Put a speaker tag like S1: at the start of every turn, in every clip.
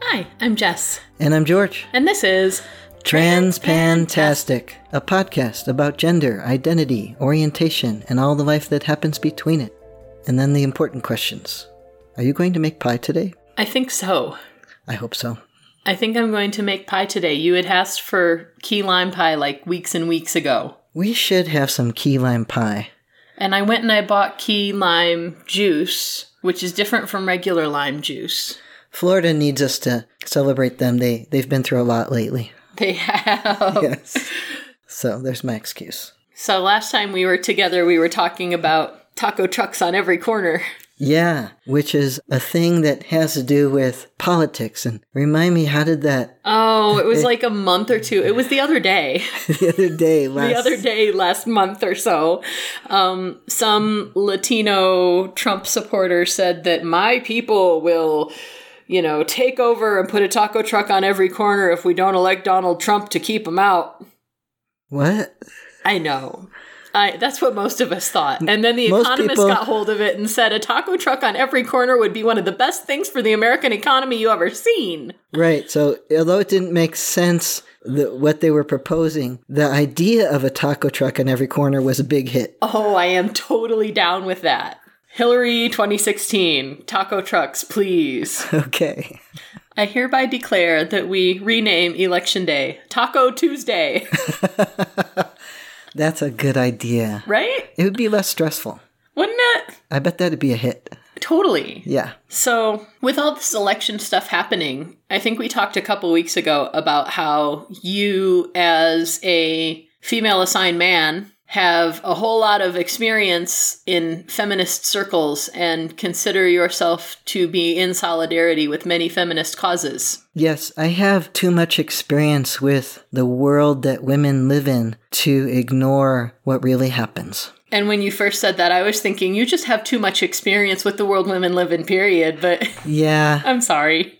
S1: Hi, I'm Jess,
S2: And I'm George.
S1: and this is
S2: Transpantastic, a podcast about gender, identity, orientation, and all the life that happens between it. And then the important questions Are you going to make pie today?
S1: I think so.
S2: I hope so.
S1: I think I'm going to make pie today. You had asked for key lime pie like weeks and weeks ago.
S2: We should have some key lime pie.
S1: And I went and I bought key lime juice, which is different from regular lime juice.
S2: Florida needs us to celebrate them. They, they've been through a lot lately.
S1: They have.
S2: Yes. so there's my excuse.
S1: So last time we were together, we were talking about taco trucks on every corner.
S2: Yeah, which is a thing that has to do with politics. And remind me, how did that
S1: Oh, it was like a month or two. It was the other day.
S2: the other day last?
S1: the other day last month or so um, some latino trump supporter said that my people will you know take over and put a taco truck on every corner if we don't elect donald trump to keep him out
S2: What?
S1: i know I, that's what most of us thought. And then the
S2: Most
S1: economist
S2: people-
S1: got hold of it and said a taco truck on every corner would be one of the best things for the American economy you ever seen.
S2: Right. So, although it didn't make sense that what they were proposing, the idea of a taco truck on every corner was a big hit.
S1: Oh, I am totally down with that. Hillary 2016, taco trucks, please.
S2: Okay.
S1: I hereby declare that we rename Election Day Taco Tuesday,
S2: That's a good idea.
S1: right?
S2: It would be less stressful.
S1: Wouldn't it?
S2: I bet that'd be a hit.
S1: Totally.
S2: Yeah.
S1: So, with all this election stuff happening, I think we talked a couple weeks ago about how you, as a female assigned man, have a whole lot of experience in feminist circles and consider yourself to be in solidarity with many feminist causes.
S2: Yes, I have too much experience with the world that women live in to ignore what really happens.
S1: And when you first said that, I was thinking you just have too much experience with the world women live in, period. But
S2: Yeah.
S1: I'm sorry.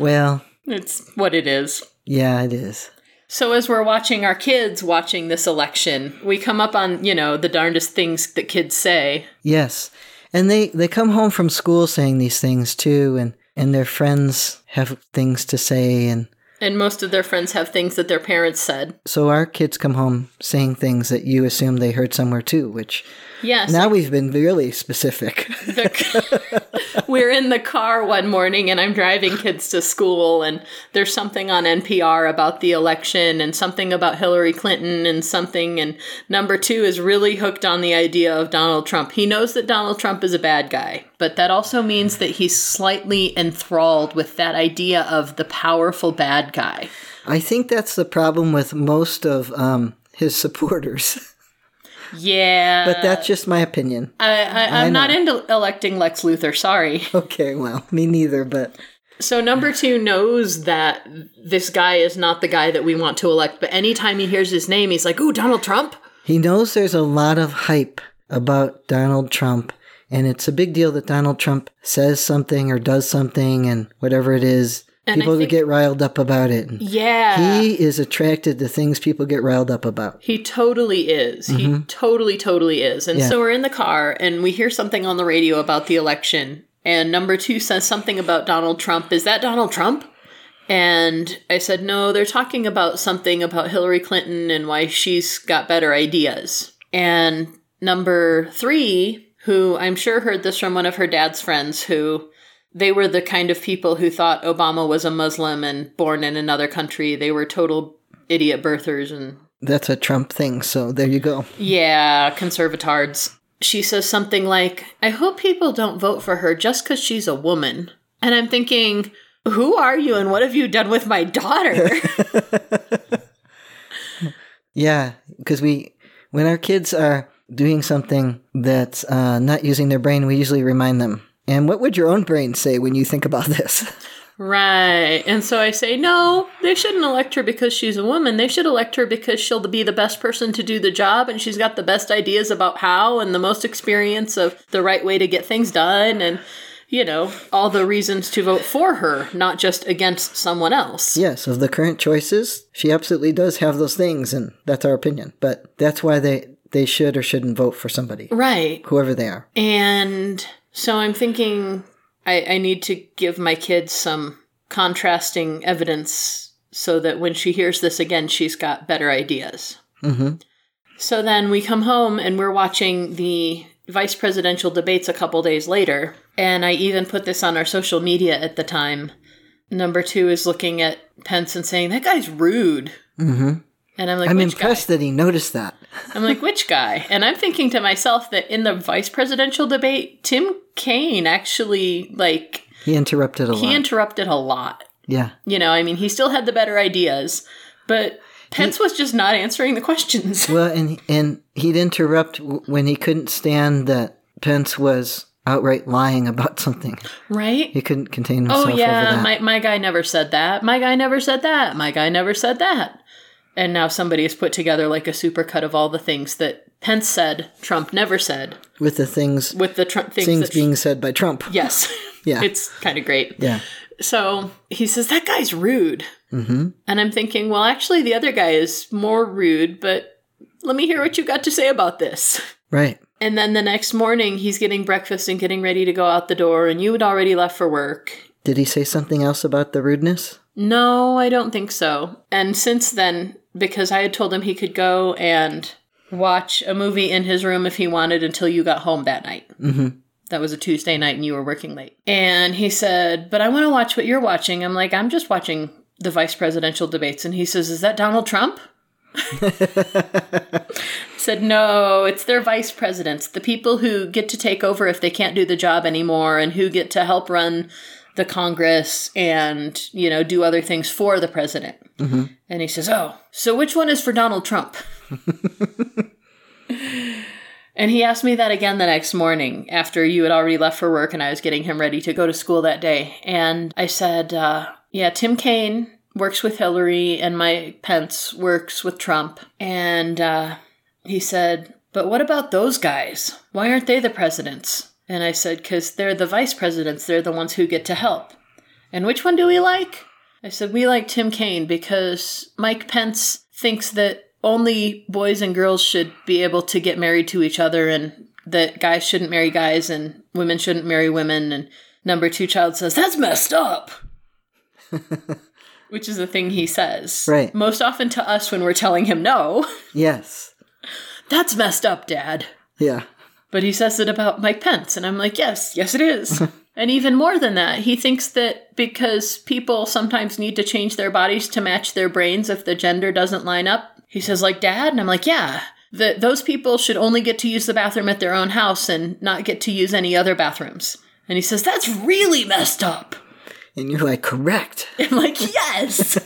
S2: Well,
S1: It's what it is.
S2: yeah, it is.
S1: So, as we're watching our kids watching this election, we come up on, you know, the darndest things that kids say.
S2: Yes. And they, they come home from school saying these things too, and, and their friends have things to say. And
S1: And most of their friends have things that their parents said.
S2: so our kids come home saying things that you assume they heard somewhere too, which
S1: Yes.
S2: now we've been really specific.
S1: the- we're in the car one morning and I'm driving kids to school, and there's something on NPR about the election and something about Hillary Clinton and something. And number two is really hooked on the idea of Donald Trump. He knows that Donald Trump is a bad guy, but that also means that he's slightly enthralled with that idea of the powerful bad guy.
S2: I think that's the problem with most of um, his supporters,
S1: Yeah.
S2: but that's just my opinion.
S1: I, I, I'm not into electing Lex Luthor, sorry.
S2: Okay, well, me neither, but
S1: So number two knows that this guy is not the guy that we want to elect, but anytime he hears his name, he's like, "Ooh, Donald Trump."
S2: he knows there's a lot of hype about Donald Trump, and it's a big deal that Donald Trump says something or does something, and whatever it is,
S1: And I
S2: people
S1: think-
S2: get riled up about it. And
S1: Yeah. He,
S2: He is attracted to things people get riled up about.
S1: totally is. He totally, totally is. And
S2: Yeah.
S1: so we're in the car and we hear something on the radio about the election. And number two says something about Donald Trump. Is that Donald Trump? And I said, no, they're talking about something about Hillary Clinton and why she's got better ideas. And number three, who I'm sure heard this from one of her dad's friends, who they were the kind of people who thought Obama was a Muslim and born in another country. They were total idiot birthers and,
S2: That's a Trump thing, so there you go.
S1: yeah, conservatards. She says something like, I hope people don't vote for her just because she's a woman. And I'm thinking, who are you and what have you done with my daughter?
S2: Yeah, because we, when our kids are doing something that's uh, not using their brain, we usually remind them. And what would your own brain say when you think about this?
S1: Right. And so I say, no, they shouldn't elect her because she's a woman. They should elect her because she'll be the best person to do the job and she's got the best ideas about how and the most experience of the right way to get things done and, you know, all the reasons to vote for her, not just against someone else.
S2: Yes, of the current choices, she absolutely does have those things, and that's our opinion. But that's why they, they should or shouldn't vote for somebody,
S1: Right.
S2: whoever they are.
S1: And so I'm thinking I, I need to give my kids some contrasting evidence so that when she hears this again, she's got better ideas.
S2: Mm-hmm.
S1: So then we come home and we're watching the vice presidential debates a couple days later. And I even put this on our social media at the time. Number two is looking at Pence and saying, That guy's rude.
S2: Mm-hmm.
S1: And I'm like,
S2: I'm
S1: Which
S2: impressed that he noticed that.
S1: guy? I'm like, Which guy? And I'm thinking to myself that in the vice presidential debate, Tim Kaine actually, like,
S2: He interrupted a
S1: he
S2: lot.
S1: interrupted a lot.
S2: yeah.
S1: You know, I mean, he still had the better ideas, but Pence was just not answering the questions.
S2: Well, and and he'd interrupt w- when he couldn't stand that Pence was outright lying about something.
S1: right?
S2: He couldn't contain
S1: Oh
S2: himself over
S1: yeah,
S2: that.
S1: my my guy never said that. My guy never said that. My guy never said that. And now somebody has put together like a supercut of all the things that Pence said, Trump never said,
S2: With the things
S1: with the Trump things.
S2: things
S1: that,
S2: being said by Trump.
S1: yes,
S2: Yeah.
S1: it's kind of great.
S2: Yeah.
S1: So he says that guy's rude,
S2: Mm-hmm.
S1: and I'm thinking, well, actually, the other guy is more rude, but let me hear what you got to say about this.
S2: Right.
S1: And then the next morning, he's getting breakfast and getting ready to go out the door, and you had already left for work,
S2: Did he say something else about the rudeness?
S1: No, I don't think so. And since then, because I had told him he could go and watch a movie in his room if he wanted until you got home that night.
S2: Mm-hmm.
S1: That was a Tuesday night and you were working late. And he said, But I want to watch what you're watching. I'm like, I'm just watching the vice presidential debates. And he says, Is that Donald Trump? I said, No, it's their vice presidents, the people who get to take over if they can't do the job anymore and who get to help run the Congress and, you know, do other things for the president. And he says, Oh, so which one is for Donald Trump? and he asked me that again the next morning after you had already left for work and I was getting him ready to go to school that day. And I said, uh, Yeah, Tim Kaine works with Hillary and Mike Pence works with Trump. And uh, he said, But what about those guys? Why aren't they the presidents? And I said, Because they're the vice presidents, they're the ones who get to help. And which one do we like? I said, We like Tim Kaine because Mike Pence thinks that only boys and girls should be able to get married to each other and that guys shouldn't marry guys and women shouldn't marry women. And number two child says, That's messed up. Which is the thing he says.
S2: Right.
S1: Most often to us when we're telling him no,
S2: Yes.
S1: that's messed up, Dad.
S2: Yeah.
S1: But he says it about Mike Pence, and I'm like, yes, yes, it is. and even more than that, he thinks that because people sometimes need to change their bodies to match their brains if the gender doesn't line up, he says, like, Dad? And I'm like, yeah, that those people should only get to use the bathroom at their own house and not get to use any other bathrooms. And he says, that's really messed up.
S2: And you're like, correct.
S1: I'm like, yes,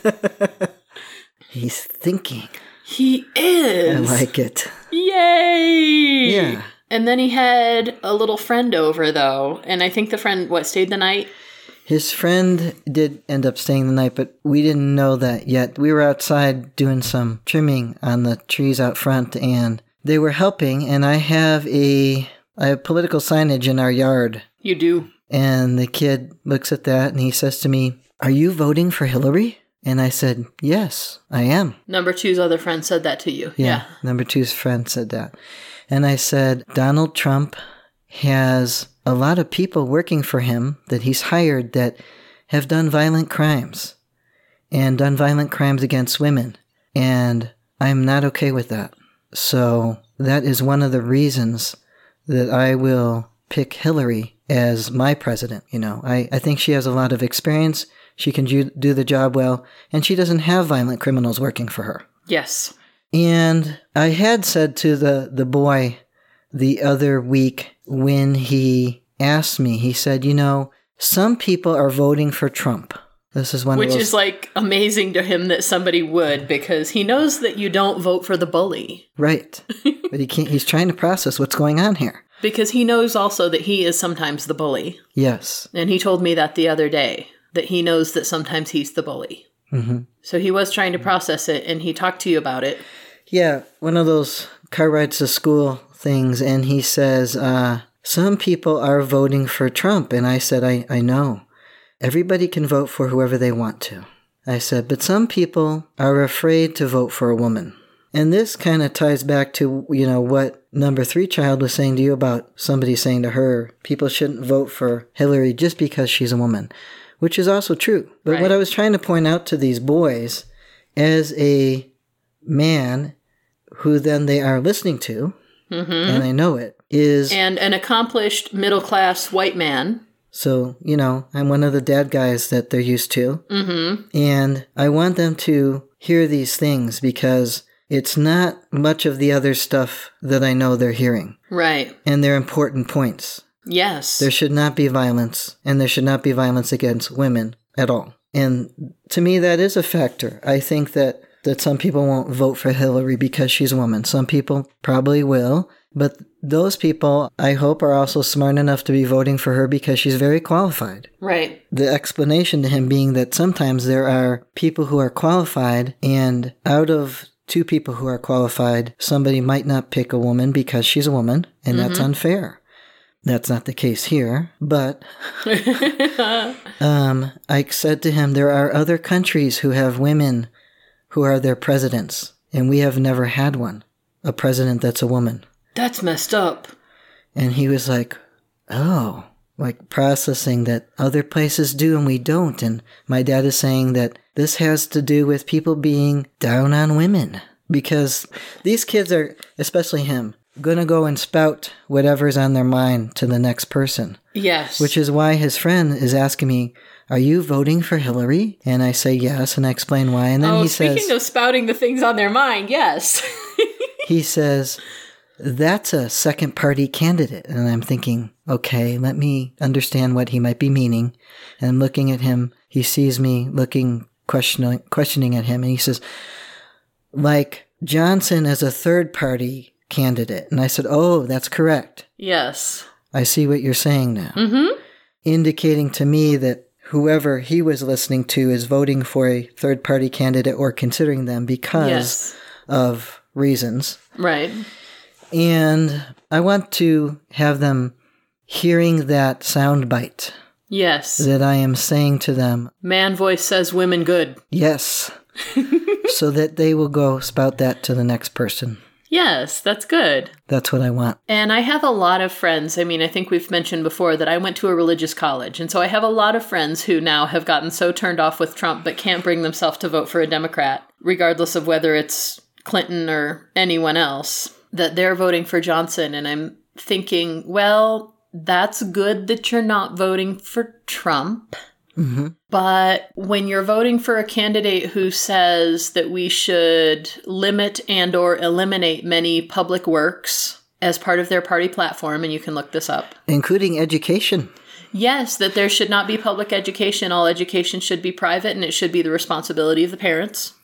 S2: He's thinking.
S1: he
S2: I
S1: is.
S2: like it.
S1: Yay!
S2: Yeah.
S1: And then he had a little friend over, though, and I think the friend, what, stayed the night?
S2: His friend did end up staying the night, but we didn't know that yet. We were outside doing some trimming on the trees out front, and they were helping. And I have a I have political signage in our yard,
S1: You do.
S2: and the kid looks at that and he says to me, "Are you voting for Hillary?" And I said, "Yes, I am."
S1: Number two's other friend said that to you.
S2: Yeah. Number two's friend said that. And I said, Donald Trump has a lot of people working for him that he's hired that have done violent crimes and done violent crimes against women. And I'm not okay with that. So that is one of the reasons that I will pick Hillary as my president. You know, I, I think she has a lot of experience. She can do, do the job well, and she doesn't have violent criminals working for her.
S1: Yes.
S2: And I had said to the, the boy the other week when he asked me, he said, You know, some people are voting for Trump. This is one
S1: Which
S2: of those.
S1: is like amazing to him that somebody would because he knows that you don't vote for the bully.
S2: right. but he can't, he's trying to process what's going on here.
S1: Because he knows also that he is sometimes the bully.
S2: Yes.
S1: And he told me that the other day that he knows that sometimes he's the bully.
S2: hmm
S1: So he was trying to process it and he talked to you about it.
S2: Yeah, one of those car rides to school things. And he says, uh, Some people are voting for Trump. And I said, I, I know. Everybody can vote for whoever they want to. I said, but some people are afraid to vote for a woman. And this kind of ties back to, you know, what number three child was saying to you about somebody saying to her, people shouldn't vote for Hillary just because she's a woman. which is also true. But what
S1: Right.
S2: I was trying to point out to these boys as a man who then they are listening to, and they know it, is
S1: Mm-hmm. And an accomplished middle class white man.
S2: so, you know, I'm one of the dad guys that they're used to.
S1: Mm-hmm.
S2: And I want them to hear these things because it's not much of the other stuff that I know they're hearing.
S1: Right.
S2: And they're important points.
S1: Yes.
S2: There should not be violence, and there should not be violence against women at all. And to me, that is a factor. I think that, that some people won't vote for Hillary because she's a woman. Some people probably will. But those people, I hope, are also smart enough to be voting for her because she's very qualified
S1: right.
S2: the explanation to him being that sometimes there are people who are qualified, and out of two people who are qualified, somebody might not pick a woman because she's a woman, and that's unfair. That's not the case here, but um, I said to him, there are other countries who have women who are their presidents, and we have never had one, a president that's a woman.
S1: That's messed up.
S2: And he was like, oh, like processing that other places do and we don't. And my dad is saying that this has to do with people being down on women because these kids are, especially him, gonna go and spout whatever's on their mind to the next person.
S1: Yes.
S2: Which is why his friend is asking me, Are you voting for Hillary? And I say yes, and I explain why. And then
S1: oh,
S2: he
S1: speaking
S2: says,
S1: of spouting the things on their mind, yes.
S2: he says that's a second party candidate and i'm thinking okay let me understand what he might be meaning and i'm looking at him he sees me looking questioning questioning at him and he says like johnson as a third party candidate and i said oh that's correct
S1: yes.
S2: i see what you're saying now
S1: Mm-hmm.
S2: indicating to me that whoever he was listening to is voting for a third party candidate or considering them because
S1: Yes.
S2: of reasons
S1: Right.
S2: and I want to have them hearing that soundbite
S1: Yes.
S2: that I am saying to them,
S1: Man voice says women good.
S2: yes, so that they will go spout that to the next person.
S1: Yes, that's good.
S2: That's what I want.
S1: And I have a lot of friends. I mean, I think we've mentioned before that I went to a religious college. And so I have a lot of friends who now have gotten so turned off with Trump but can't bring themselves to vote for a Democrat, regardless of whether it's Clinton or anyone else, that they're voting for Johnson. And I'm thinking, well, that's good that you're not voting for Trump.
S2: hmm
S1: But when you're voting for a candidate who says that we should limit and or eliminate many public works as part of their party platform and you can look this up.
S2: Including education.
S1: Yes, that there should not be public education, all education should be private and it should be the responsibility of the parents.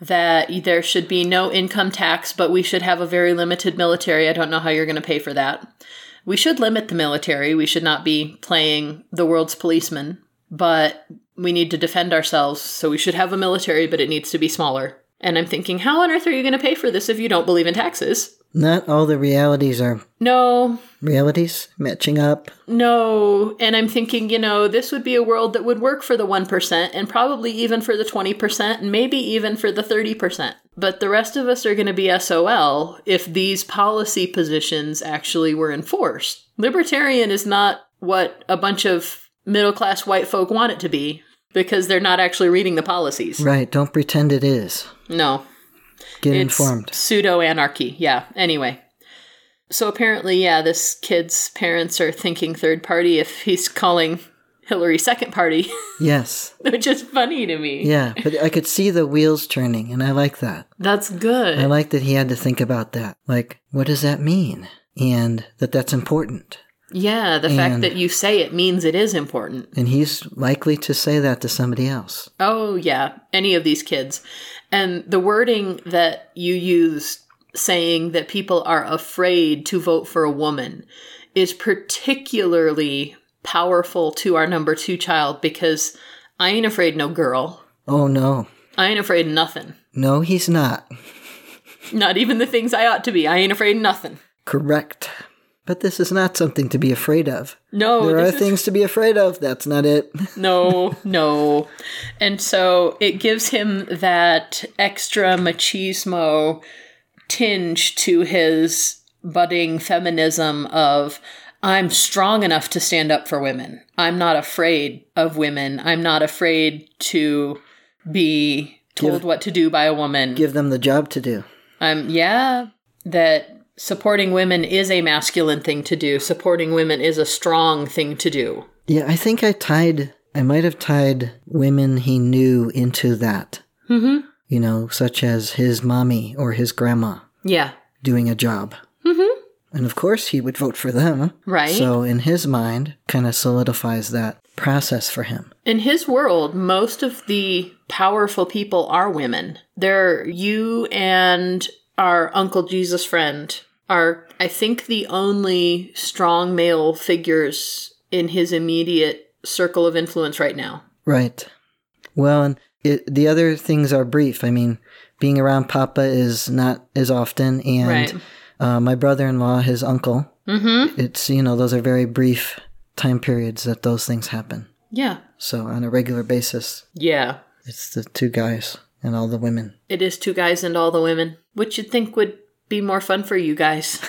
S1: That there should be no income tax, but we should have a very limited military. I don't know how you're going to pay for that. We should limit the military. We should not be playing the world's policeman, but we need to defend ourselves. So we should have a military, but it needs to be smaller. And I'm thinking, how on earth are you going to pay for this if you don't believe in taxes?
S2: Not all the realities are
S1: No,
S2: realities matching up.
S1: no. And I'm thinking, you know, this would be a world that would work for the 1% and probably even for the 20% and maybe even for the 30%. But the rest of us are going to be SOL if these policy positions actually were enforced. Libertarian is not what a bunch of middle class white folk want it to be because they're not actually reading the policies.
S2: Right, don't pretend it is.
S1: No
S2: Get informed.
S1: pseudo anarchy. Yeah. Anyway. So apparently, yeah, this kid's parents are thinking third party if he's calling Hillary second party,
S2: Yes.
S1: which is funny to me.
S2: Yeah, but I could see the wheels turning, and I like that.
S1: That's good.
S2: I like that he had to think about that. Like, what does that mean? And that that's important.
S1: yeah, the fact
S2: And-
S1: that you say it means it is important.
S2: And he's likely to say that to somebody else.
S1: Oh, yeah, any of these kids. And the wording that you used saying that people are afraid to vote for a woman is particularly powerful to our number two child because I ain't afraid no girl.
S2: Oh no.
S1: I ain't afraid of nothing.
S2: No, he's not.
S1: Not even the things I ought to be. I ain't afraid of nothing.
S2: Correct. But this is not something to be afraid of.
S1: No,
S2: there are
S1: Oh, this is-
S2: things to be afraid of. That's not it.
S1: no, no. And so it gives him that extra machismo tinge to his budding feminism of I'm strong enough to stand up for women. I'm not afraid of women. I'm not afraid to be told
S2: Give-
S1: what to do by a woman.
S2: Give them the job to do.
S1: Um, yeah, that supporting women is a masculine thing to do. Supporting women is a strong thing to do.
S2: Yeah, I think I tied, I might have tied women he knew into that,
S1: Mm-hmm.
S2: you know, such as his mommy or his grandma
S1: Yeah.
S2: doing a job.
S1: Mm-hmm.
S2: And of course, he would vote for them.
S1: Right.
S2: So, in his mind, kind of solidifies that process for him.
S1: In his world, most of the powerful people are women. They're you and our Uncle Jesus friend are, I think, the only strong male figures in his immediate circle of influence right now.
S2: Right. Well, and it, the other things are brief. I mean, being around Papa is not as often, and
S1: Right.
S2: uh, my brother-in-law, his uncle.
S1: Mm-hmm.
S2: It's you know those are very brief time periods that those things happen.
S1: Yeah.
S2: So on a regular basis,
S1: Yeah.
S2: it's the two guys and all the women.
S1: It is two guys and all the women, which you'd think would be more fun for you guys.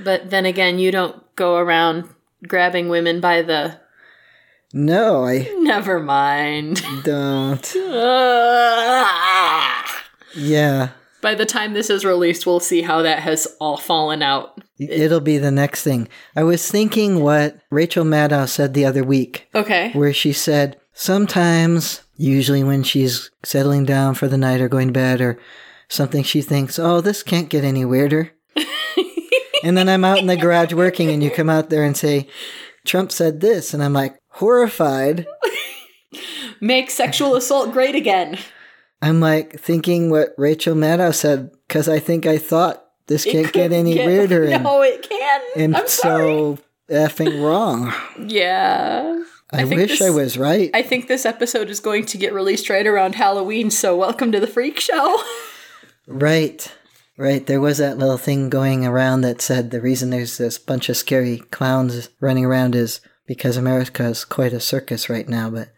S1: but then again, you don't go around grabbing women by the.
S2: No, I
S1: Never mind.
S2: don't.
S1: By
S2: Yeah,
S1: the time this is released, we'll see how that has all fallen out.
S2: it'll be the next thing. I was thinking what Rachel Maddow said the other week,
S1: Okay.
S2: where she said sometimes, usually when she's settling down for the night or going to bed or something, she thinks, "Oh, this can't get any weirder." and then I'm out in the garage working, and you come out there and say, "Trump said this," and I'm like horrified.
S1: Make sexual assault great again.
S2: I'm like thinking what Rachel Maddow said because I think I thought this can't get any
S1: Yeah.
S2: weirder and,
S1: No, it can.
S2: and
S1: I'm sorry.
S2: so effing wrong.
S1: Yeah.
S2: I,
S1: think
S2: wish I
S1: this-
S2: was right.
S1: I think this episode is going to get released right around Halloween, so welcome to the freak show.
S2: right. Right. There was that little thing going around that said the reason there's this bunch of scary clowns running around is because America is quite a circus right now, but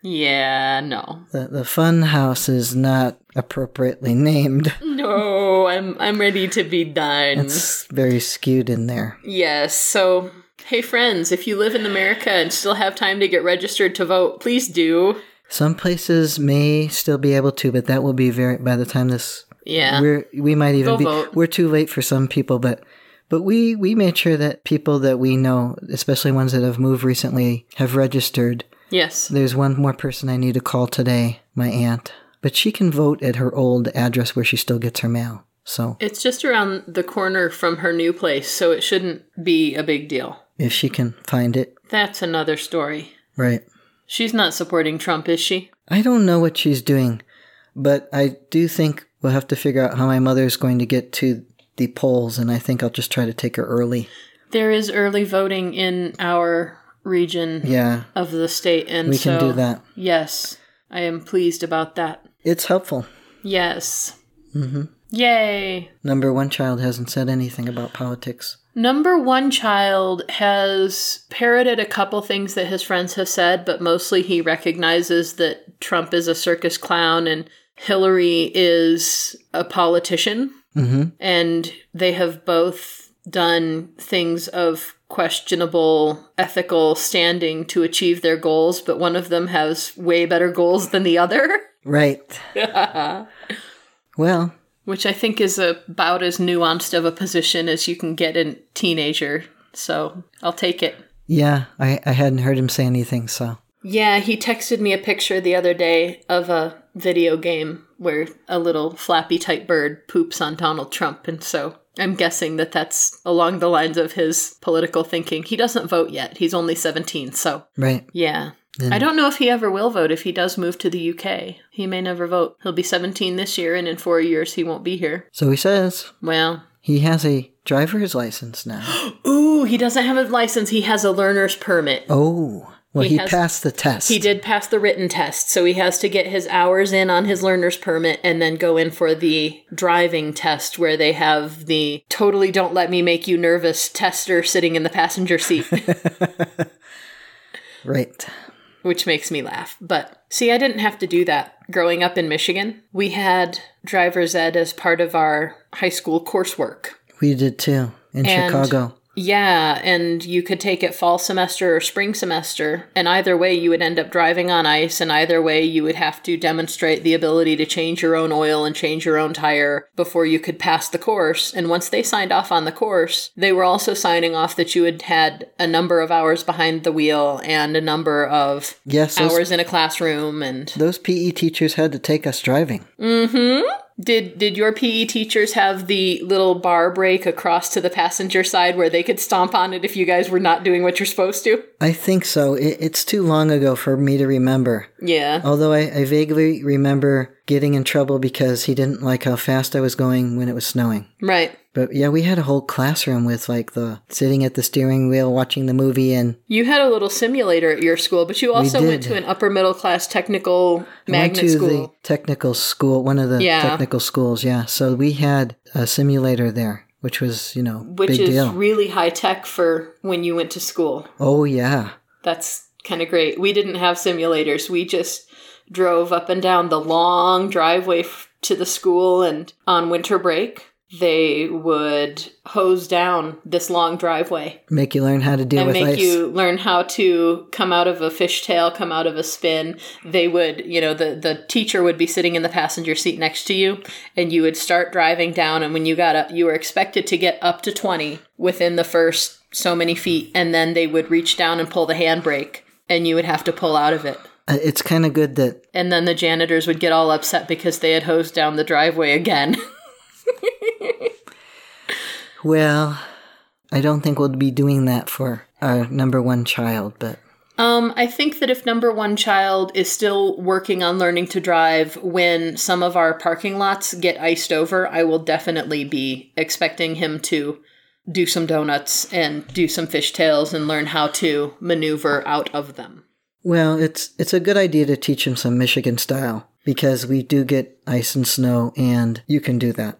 S1: Yeah, no.
S2: the, the fun house is not appropriately named.
S1: Mm-hmm. No, I'm I'm ready to be done.
S2: It's very skewed in there.
S1: Yes. So, hey, friends, if you live in America and still have time to get registered to vote, please do.
S2: Some places may still be able to, but that will be very by the time this
S1: Yeah.
S2: we're we might even
S1: Go
S2: be
S1: vote.
S2: we're too late for some people but but we we made sure that people that we know especially ones that have moved recently have registered
S1: yes.
S2: there's one more person i need to call today my aunt but she can vote at her old address where she still gets her mail so
S1: It's just around the corner from her new place, so it shouldn't be a big deal.
S2: if she can find it
S1: That's another story.
S2: right
S1: She's not supporting Trump, is she?
S2: i don't know what she's doing but i do think we'll have to figure out how my mother is going to get to the polls and i think i'll just try to take her early
S1: There is early voting in our region
S2: yeah
S1: of the state, and
S2: we
S1: so
S2: can do that
S1: yes, I am pleased about that.
S2: it's helpful
S1: Yes. Mm-hmm. Yay!
S2: Number one child hasn't said anything about politics.
S1: Number one child has parroted a couple things that his friends have said, but mostly he recognizes that Trump is a circus clown and Hillary is a politician.
S2: Mm-hmm.
S1: And they have both done things of questionable ethical standing to achieve their goals, but one of them has way better goals than the other,
S2: Right. well,
S1: which I think is about as nuanced of a position as you can get in teenager. So I'll take it.
S2: yeah, I, I hadn't heard him say anything, so.
S1: Yeah, he texted me a picture the other day of a video game where a little flappy type bird poops on Donald Trump. And so I'm guessing that that's along the lines of his political thinking. He doesn't vote yet, he's only 17. So,
S2: Right.
S1: yeah. I don't know if he ever will vote if he does move to the UK. He may never vote. He'll be 17 this year, and in four years, he won't be here.
S2: So he says
S1: Well,
S2: he has a driver's license now.
S1: ooh, he doesn't have a license. He has a learner's permit.
S2: oh, well, he,
S1: He has-
S2: passed the test.
S1: He did pass the written test, so he has to get his hours in on his learner's permit and then go in for the driving test where they have the totally don't let me make you nervous tester sitting in the passenger seat,
S2: Right.
S1: which makes me laugh. But see, I didn't have to do that growing up in Michigan. We had driver's ed as part of our high school coursework.
S2: We did too in
S1: And-
S2: Chicago.
S1: Yeah, and you could take it fall semester or spring semester, and either way, you would end up driving on ice, and either way, you would have to demonstrate the ability to change your own oil and change your own tire before you could pass the course. And once they signed off on the course, they were also signing off that you had had a number of hours behind the wheel and a number of
S2: Yes, those,
S1: hours in a classroom. And
S2: those PE teachers had to take us driving.
S1: did did your PE teachers have the little bar break across to the passenger side where they could stomp on it if you guys were not doing what you're supposed to?
S2: I think so. It, it's too long ago for me to remember.
S1: Yeah.
S2: Although I, I vaguely remember getting in trouble because he didn't like how fast I was going when it was snowing.
S1: Right.
S2: But yeah, we had a whole classroom with like the sitting at the steering wheel watching the movie and
S1: You had a little simulator at your school, but you also went
S2: did.
S1: to an upper middle class technical magnet
S2: went to the
S1: school.
S2: technical school, one of the
S1: Yeah.
S2: technical schools. Yeah, so we had a simulator there, which was you know
S1: Which
S2: big
S1: is
S2: deal.
S1: really high tech for when you went to school.
S2: oh yeah,
S1: That's kind of great. We didn't have simulators. We just drove up and down the long driveway f- to the school, and on winter break, they would hose down this long driveway
S2: make you learn how to deal
S1: and
S2: with
S1: make
S2: ice.
S1: you learn how to come out of a fishtail, come out of a spin. They would, you know, the the teacher would be sitting in the passenger seat next to you, and you would start driving down. And when you got up, you were expected to get up to twenty within the first so many feet, and then they would reach down and pull the handbrake, and you would have to pull out of it.
S2: Uh, it's kind of good that
S1: And then the janitors would get all upset because they had hosed down the driveway again.
S2: well, I don't think we'll be doing that for our number one child, but
S1: Um, I think that if number one child is still working on learning to drive when some of our parking lots get iced over, I will definitely be expecting him to do some donuts and do some fishtails and learn how to maneuver out of them.
S2: well, it's it's a good idea to teach him some Michigan style because we do get ice and snow, and you can do that.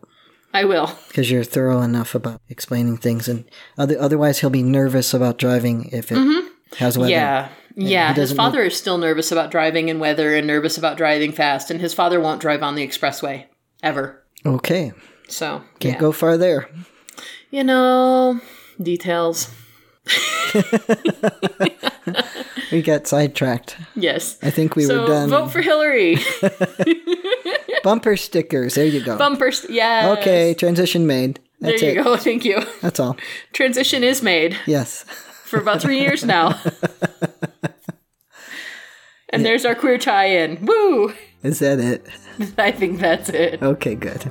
S1: I will.
S2: because you're thorough enough about explaining things, and other, otherwise he'll be nervous about driving if it has
S1: Mm-hmm.
S2: weather.
S1: Yeah. Yeah. His
S2: doesn't
S1: father is still nervous about driving in weather and nervous about driving fast, and his father won't drive on the expressway ever.
S2: Okay,
S1: So,
S2: can't
S1: yeah.
S2: go far there.
S1: you know, details.
S2: We got sidetracked.
S1: Yes.
S2: I think we
S1: so,
S2: were done.
S1: vote for Hillary.
S2: Bumper stickers. There you go.
S1: bumpers. Yeah.
S2: okay, transition made.
S1: There
S2: That's
S1: you
S2: it.
S1: go. Thank you.
S2: That's all.
S1: Transition is made
S2: Yes.
S1: for about three years now. and there's our queer tie-in. Woo!
S2: Is that it?
S1: I think that's it.
S2: Okay, good.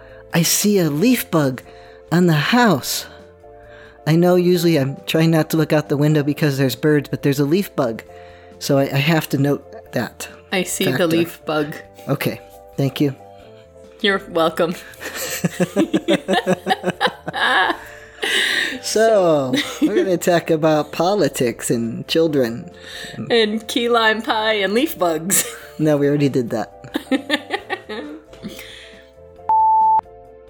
S2: I see a leaf bug on the house. I know usually I'm trying not to look out the window because there's birds, but there's a leaf bug. So I, I have to note that.
S1: I see the
S2: Factor.
S1: leaf bug.
S2: Okay, thank you.
S1: You're welcome.
S2: So, we're going to talk about politics and children.
S1: And key lime pie and leaf bugs.
S2: No, we already did that.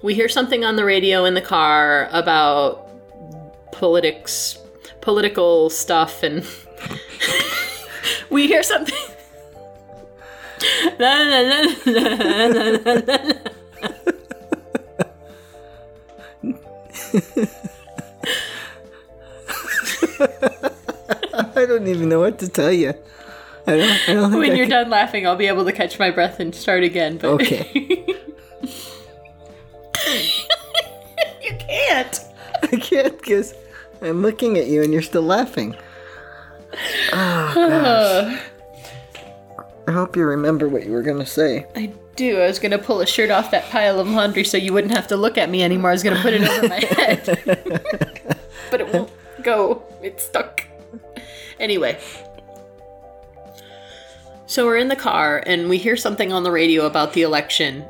S1: We hear something on the radio in the car about politics, political stuff, and we hear something. La, la, la, la, la, la, la, la.
S2: I don't even know what to tell you. I don't, I don't think
S1: when
S2: I
S1: you're
S2: can-
S1: done laughing, I'll be able to catch my breath and start again. But
S2: Okay.
S1: you can't.
S2: I can't because I'm looking at you and you're still laughing. Oh, gosh. I hope you remember what you were going to say.
S1: I do. I was going to pull a shirt off that pile of laundry so you wouldn't have to look at me anymore. I was going to put it over my head. but it won't go. It's stuck. Anyway. So we're in the car and we hear something on the radio about the election.